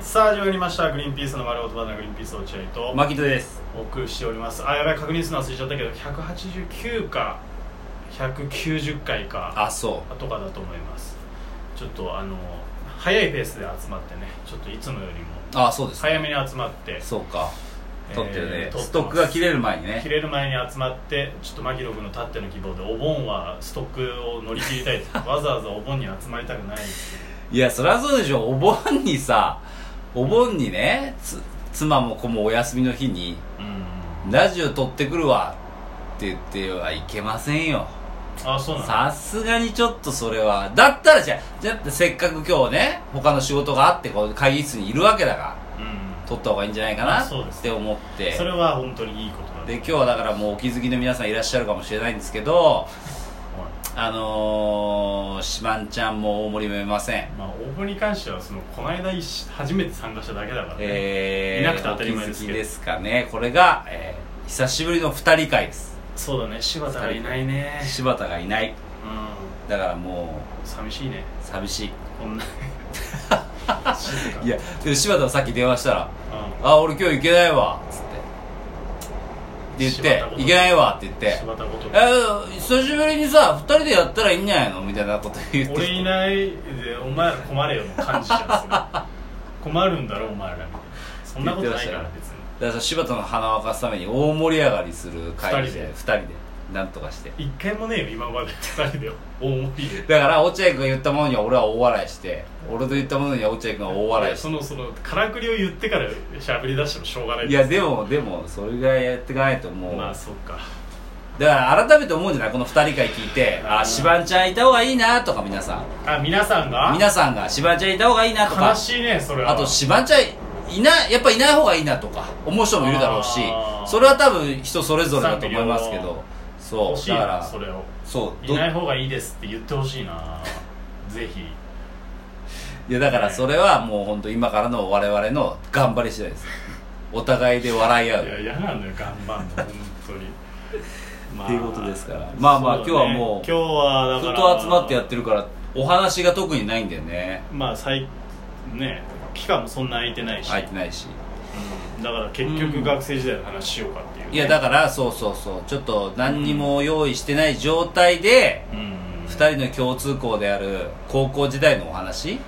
さあ始まりましたグリーンピースの丸音バナナグリーンピース落合とマキトですお送りしておりますあやばい確認するの忘れちゃったけど189か190回かあそとかだと思いますちょっとあの早いペースで集まってねちょっといつもよりもうあそうですね早めに集まってそうか撮ってるね、えー撮ってますストックが切れる前に切ねれる前に集まってちょっと牧野君のたっての希望でお盆はストックを乗り切りたいって わざわざお盆に集まりたくないいやそりゃそうでしょお盆にさお盆にねつ妻も子もお休みの日にうん「ラジオ撮ってくるわ」って言ってはいけませんよあそうなのさすがにちょっとそれはだったらじゃあだってせっかく今日ね他の仕事があってこう会議室にいるわけだかうらん撮った方がいいんじゃないかなあそうですって思ってそれは本当にいいことだで今日はだからもうお気づきの皆さんいらっしゃるかもしれないんですけどはいあのー、しまんちゃんも大盛りもいません。まあ、応募に関してはそのこの間一し初めて参加しただけだからね、えー、いなくて当たり前ですけどお気づきですかね。これが、えー、久しぶりの二人会です。そうだね柴田がいないね柴田がいない。うだからもん寂しいねう、寂しい。こんな 静かいや、でも柴田はさっき電話したら、うあ、俺今日行けないわ、つって。って言っ柴田ことて、行けないわって言っんて、柴田ことえー、久しぶりにさ、二人でやったらいいんじゃないのみたいなこと言って。俺いないでお前ら困れよの感じじゃん それ困るんだろお前らみたいなそんなことないから言って別にだから柴田の鼻を沸かすために大盛り上がりする会議で、二二人で、なんとかして。一回もねえよ今まで二人で大盛りでだから落合君が言ったものには俺は大笑いして俺と言ったものには落合君は大笑いしそのそのからくりを言ってからしゃべり出してもしょうがないていやでもでもそれぐらいやっていかないともう、まあそっかだから改めて思うんじゃないこの2人会聞いてうんあしばんちゃんいた方がいいなとか皆さんあ皆さんが皆さんがしばんちゃんいた方がいいなとか悲しいねそれはあとしばんちゃんいないやっぱいない方がいいなとか思う人もいるだろうしあーそれは多分人それぞれだと思いますけどそ欲うしいだかならそれをそういどない方がいいですって言ってほしいなぜひいやだからそれはもう本当今からの我々の頑張り次第ですお互いで笑いい合うや嫌なのよ頑張んの 本当にまっていうことですからまあまあそうだね今日はもう今日はだずかっらと集まってやってるからお話が特にないんだよねまあ最ね期間もそんな空いてないし、空いてないしうんだから結局学生時代の話しようかっていう、いやだからそうそうそうちょっと何にも用意してない状態でうん2人の共通項である高校時代のお話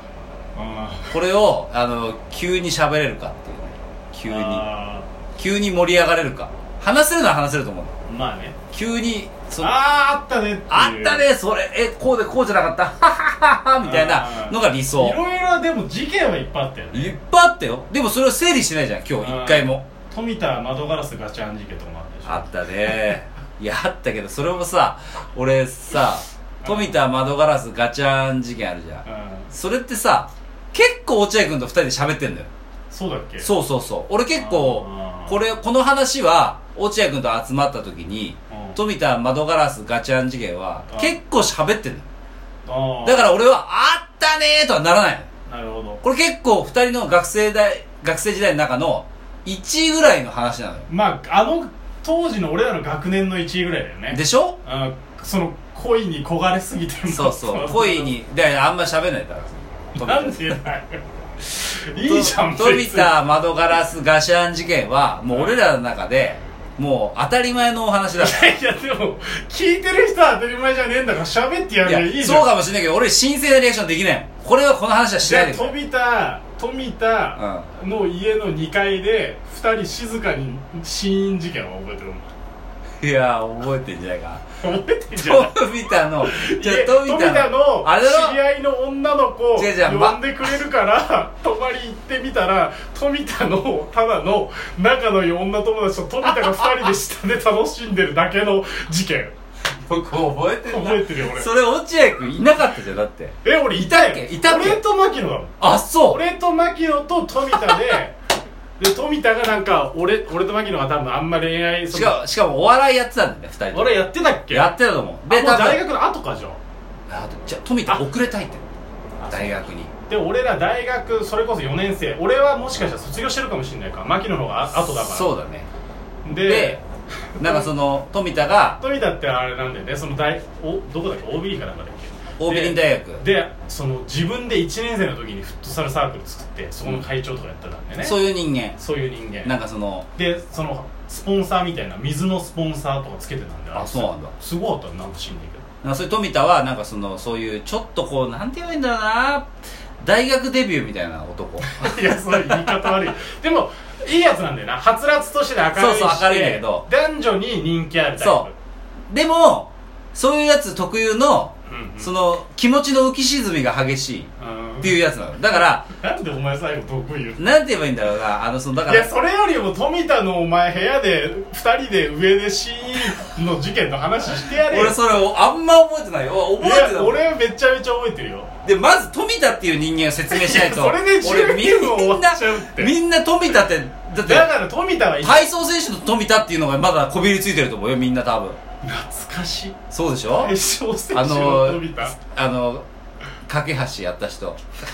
あーこれをあの急に喋れるかっていうね急にあ急に盛り上がれるか話せるのは話せると思うーまあね急にそのあああったねっていうあったねそれえこうでこうじゃなかったははははみたいなのが理いろ想いろでも事件はいっぱいあったよねいっぱいあったよでもそれを整理してないじゃん今日一回も富田窓ガラスガチャン事件とかもあったでしょあったねいやあったけどそれもさ俺さ富田窓ガラスガチャン事件あるじゃんうんそれってさ結構落合君と二人で喋ってんだよそうだっけそうそうそう俺結構あーこれこの話は落合君と集まった時にうん富田窓ガラスガチャン事件はあ結構喋ってんだよあーだから俺はあったねーとはならないのなるほどこれ結構二人の学生代学生時代の中の1位ぐらいの話なのよまああの当時の俺らの学年の1位ぐらいだよねでしょあその恋に焦がれすぎてるそ うそう恋にであんま喋んないから富なんでだよいいじゃんと富別に田窓ガラスガシャン事件はもう俺らの中でもう当たり前のお話だかいやでも聞いてる人は当たり前じゃねえんだから喋ってやるらいよやいいじゃんそうかもしれないけど俺神聖なリアクションできないもんこれはこの話はしじないゃであくれ富田富田の家の2階で2人静かに死因事件は覚えてるもんいや覚えてんじゃないか覚えてんじゃない富田のじゃあで富富田田のあれだ知ろり合いの女の子を違う違う呼んでくれるから泊まり行ってみたら富田のただの仲のいい女友達と富田が2人で下で楽しんでるだけの事件僕覚えてるな覚えてるよ俺それ落合君いなかったじゃんだってえ俺いたよいたっけいたっけ俺と牧野だもんあそう俺と牧野と富田でで富田がなんか俺俺と牧野は多分あんま恋愛そしのかもしかもお笑いやってたんだよね2人とも俺やってたっけやってたと思あうもう多分大学の後かじゃんあじゃあ富田遅れたいって大学にで俺ら大学それこそ4年生俺はもしかしたら卒業してるかもしれないから牧野の方があ後だからそうだねででなんかその富田が富田ってあれなんだよねその大おどこだっけ OB かなんかだっけ桜美林大学でその自分で1年生の時にフットサルサークル作ってそこの会長とかやってたんでね、そういう人間そういう人間なんかそのでそのスポンサーみたいな水のスポンサーとかつけてたんであそうなんだすごかったなんか知んないけどなんかそういう富田はなんかそのそういうちょっとこうなんて言えばいいんだろうな大学デビューみたいな男 いや、その言い方悪い。でも、いいやつなんだよな。はつらつとして明るいしそうそう明るいんだけど男女に人気あるタイプ。そでもそういうやつ特有のう。ん、うん。その気持ちの浮き沈みが激しいうんっていうやつなのだからなんでお前最後得意言うなんて言えばいいんだろうなあのそのだかいや、らそれよりも富田のお前部屋で、二人で上で死因の事件の話してやれよ。俺それをあんま覚えてないよお覚えていなや、い俺めちゃめちゃ覚えてるよ。でまず富田っていう人間を説明しないといやそれで十俺みん分終わっなちゃうってみんな富田ってだっだてから富田は一体操選手の富田っていうのがまだこびりついてると思うよみんな多分懐かしい。そうでしょ決勝選あ手のの富田。あの架け橋やった人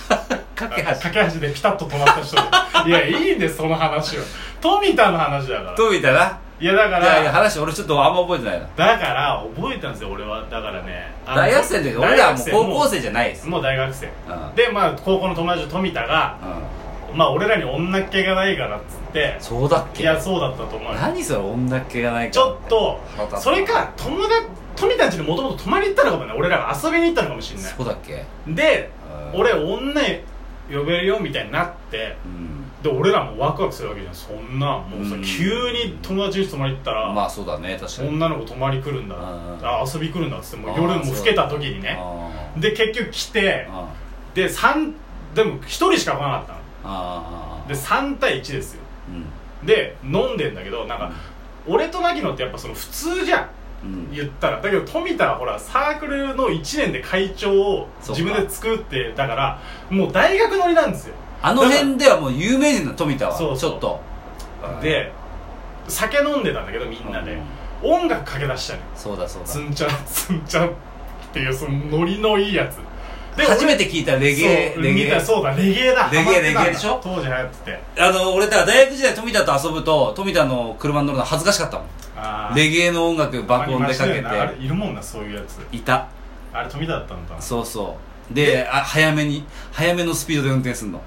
架け橋架け橋でピタッと止まった人でいやいいんですその話は富田の話だから富田ないやだかいやいらや話俺ちょっとあんま覚えてないなだから覚えたんですよ俺はだからねあの大学生の時俺らはもう高校生じゃないですもうもう大学生うんでまあ高校の友達の富田がうんまあ俺らに女っ気がないからっつってそうだっいけやそうだったと思うよ何それ女っ気がないかちょっと腹立つそれか友達富田んちにもともと泊まりに行ったのかもね俺らが遊びに行ったのかもしれなそうだっけいでうん俺女呼べるよみたいになってうんで俺らもワクワクするわけじゃんそんなもうさ、うん急に友達に泊まり行ったら、まあそうだね確かに女の子泊まり来るんだ、うんあ遊び来るんだっつってもあうー夜も更けた時にねあで結局来てーあで3でも1人しか来なかったのーあで3対1ですよーうんで飲んでんだけどなんか、俺と牧野ってやっぱその普通じゃんうん言ったらだけど富田はほらサークルの1年で会長を自分で作ってだからもう大学乗りなんですよあの辺ではもう有名人の富田はちそょうっそうとで酒飲んでたんだけどみんなで、うん音楽かけ出したのよそうだそうだツンチャン ツンチャンっていうそのノリのいいやつで初めてて聞いたレゲエレゲエそうだレゲエだレゲエハマってたんだレゲエでしょ当時流行っててあの俺だから大学時代富田と遊ぶと富田の車に乗るの恥ずかしかったもんあーレゲエの音楽爆音でかけありましたよねあれているもんなそういうやついたあれ富田だったんだそうそうであ早めに早めのスピードで運転するの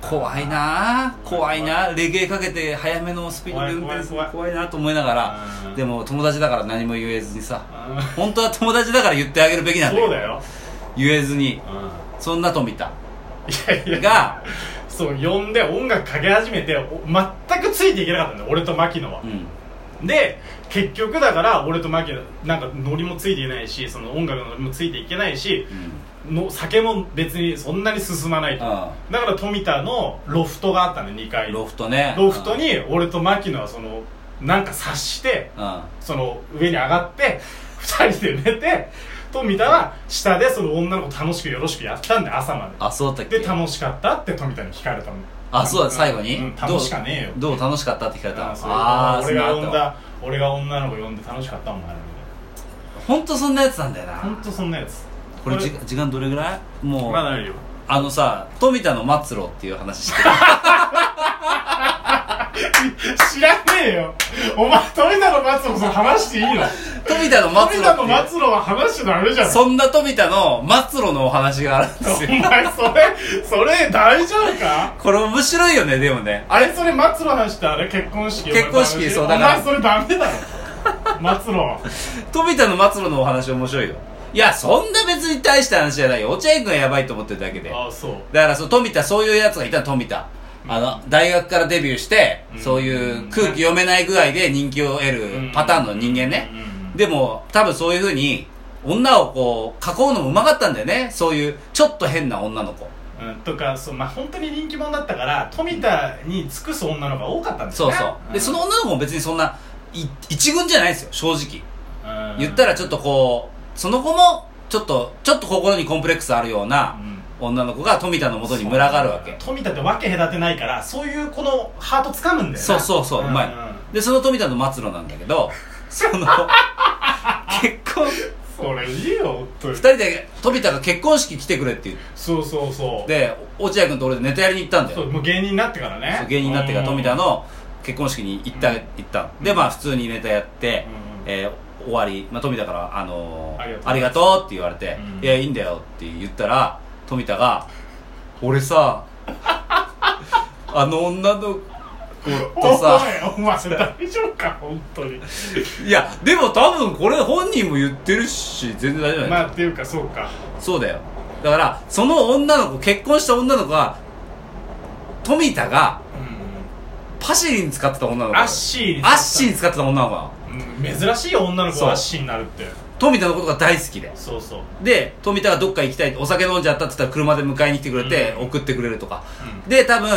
怖いなあ怖いなあレゲエかけて早めのスピードで運転するの怖怖いなあと思いながらうんでも友達だから何も言えずにさあー本当は友達だから言ってあげるべきなんだけそうどだよ、言えずにうん、そんな富田いやいやがそう呼んで音楽かけ始めてお全くついていけなかったんだよ俺と牧野はう、んで結局だから俺と牧野なんかノリもついていないしその音楽のノリもついていけないしうんの酒も別にそんなに進まないとあだから富田のロフトがあったの2階ロフトねロフトに俺と牧野はそのなんか察してうんその上に上がって2人で寝て富田は下でその女の子楽しくよろしくやったんで朝まあそうだっでけで楽しかったって富田に聞かれたのあそうだ最後にうん楽しかねえよどう楽しかったって聞かれたあそうああーそ俺のが呼ん後だ俺が女の子呼んで楽しかったもんあれみた本当そんなやつなんだよないなほんとそんなやつこれじ時間どれぐらいもう、まだあるよあのさ富田の末路っていう話 して知らねえよお前富田の末路さ話していいの富田の富末路田ってのいう末路は話しちゃダメじゃんそんな富田の末路のお話があるんですおよ前それそれ大丈夫かこれ面白いよねでもねあれそれ松の話ってあれ結婚式結婚式そうだおだから前それダメだろ松の富田の末路のお話面白いよいやそんな別に大した話じゃないよ落合君がやばいと思ってるだけでああそうだからそう富田そういうやつがいたの富田あの、大学からデビューして、うんそういう空気読めない具合で人気を得るパターンの人間ね、うんでも多分そういうふうに女をこう囲うのもうまかったんだよねそういうちょっと変な女の子うんとかそうまあ本当に人気者だったから富田に尽くす女の子が多かったんですよそうねそううでんその女の子も別にそんない一軍じゃないですよ正直うん言ったらちょっとこうその子もちょっとちょっと心にコンプレックスあるようなうん女の子が富田の元に群がるわけ富田って分け隔てないからそういうこのハート掴むんだよなそうそうそううまいんんでその富田の末路なんだけ どその結婚それいいよ本当に二人で富田が結婚式来てくれって言っそうそうそうて落合君と俺でネタやりに行ったんだよそうもう芸人になってからねそう芸人になってから富田のの結婚式に行った、うん行ったのでまあ普通にネタやって、うんえー終わり、まあ、富田から、あのーありがとうありがとうって言われて、うんいや、いいんだよって言ったら、富田が、俺 さ、あの女の子とさ、お前お前大丈夫か本当にいや、でも多分これ本人も言ってるし、全然大丈夫だよまあっていうかそうかそうだよ。だから、その女の子、結婚した女の子が、富田が、うんパシリに使ってた女の子。アッシーにアッシーに使ってた女の子なのうん珍しいよ女の子そうがアッシーになるって富田のことが大好きで。そうそう、で、富田がどっか行きたい、お酒飲んじゃったって言ったら車で迎えに来てくれて、うん送ってくれるとか。で、多分、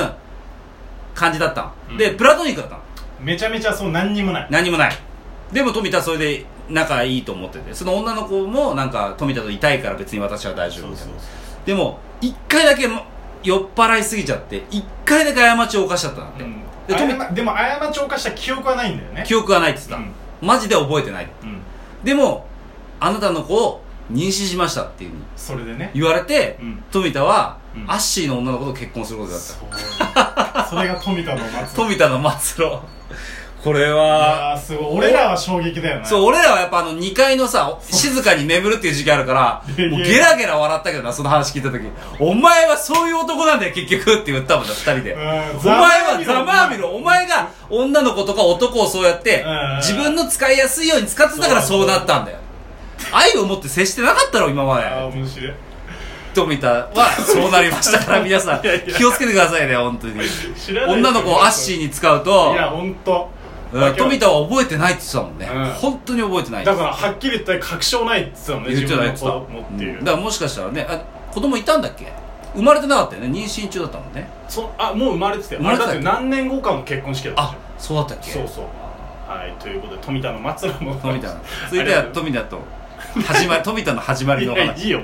感じだったの。で、うんプラトニックだったの。うん、めちゃめちゃそう何にもない何もない。でも富田はそれで仲いいと思ってて、その女の子もなんか富田といたいから別に私は大丈そ夫うみたいそうな。そでも、一回だけも酔っ払いすぎちゃって、一回だけ過ちを犯しちゃったんだっう、て。うんで富過でも過ちを犯した記憶はないんだよね記憶がないって言うってんた。マジで覚えてない。うんでも、あなたの子を妊娠しましたっていうふうにそれでね言われて、うん富田は、うんアッシーの女の子と結婚することだった。そうそれが富田の松富田の末路。これは、ああすごい俺らは衝撃だよねそう、俺らはやっぱあの2階のさ、静かに眠るっていう時期あるから、 いやいやもうゲラゲラ笑ったけどな、その話聞いた時。お前はそういう男なんだよ、結局って言ったもんだ、二人で。うんお前ざまあはみろざまあみろ、お前が女の子とか男をそうやってうん、自分の使いやすいように使ってたからそうなったんだよ。愛を持って接してなかったろ、今まで。ああ面白い富田はそうなりました から皆さん気をつけてくださいね本当に知らない女の子をアッシーに使うといや本当。うん富田は覚えてないって言ってたもんうねん本当に覚えてないだからはっきり言ったら確証ないって言ってたもんね言って自た分言のって子たもっていううんだからもしかしたらねあ子供いたんだっけ生まれてなかったよね妊娠中だったもんねそあもう生まれてたよ生まれてたあだって何年後かの結婚式だったあそうだったっけじゃんそうそうはいということで富田の松野も富田続いては富田と始まり富田の始まりのおいやい話いよ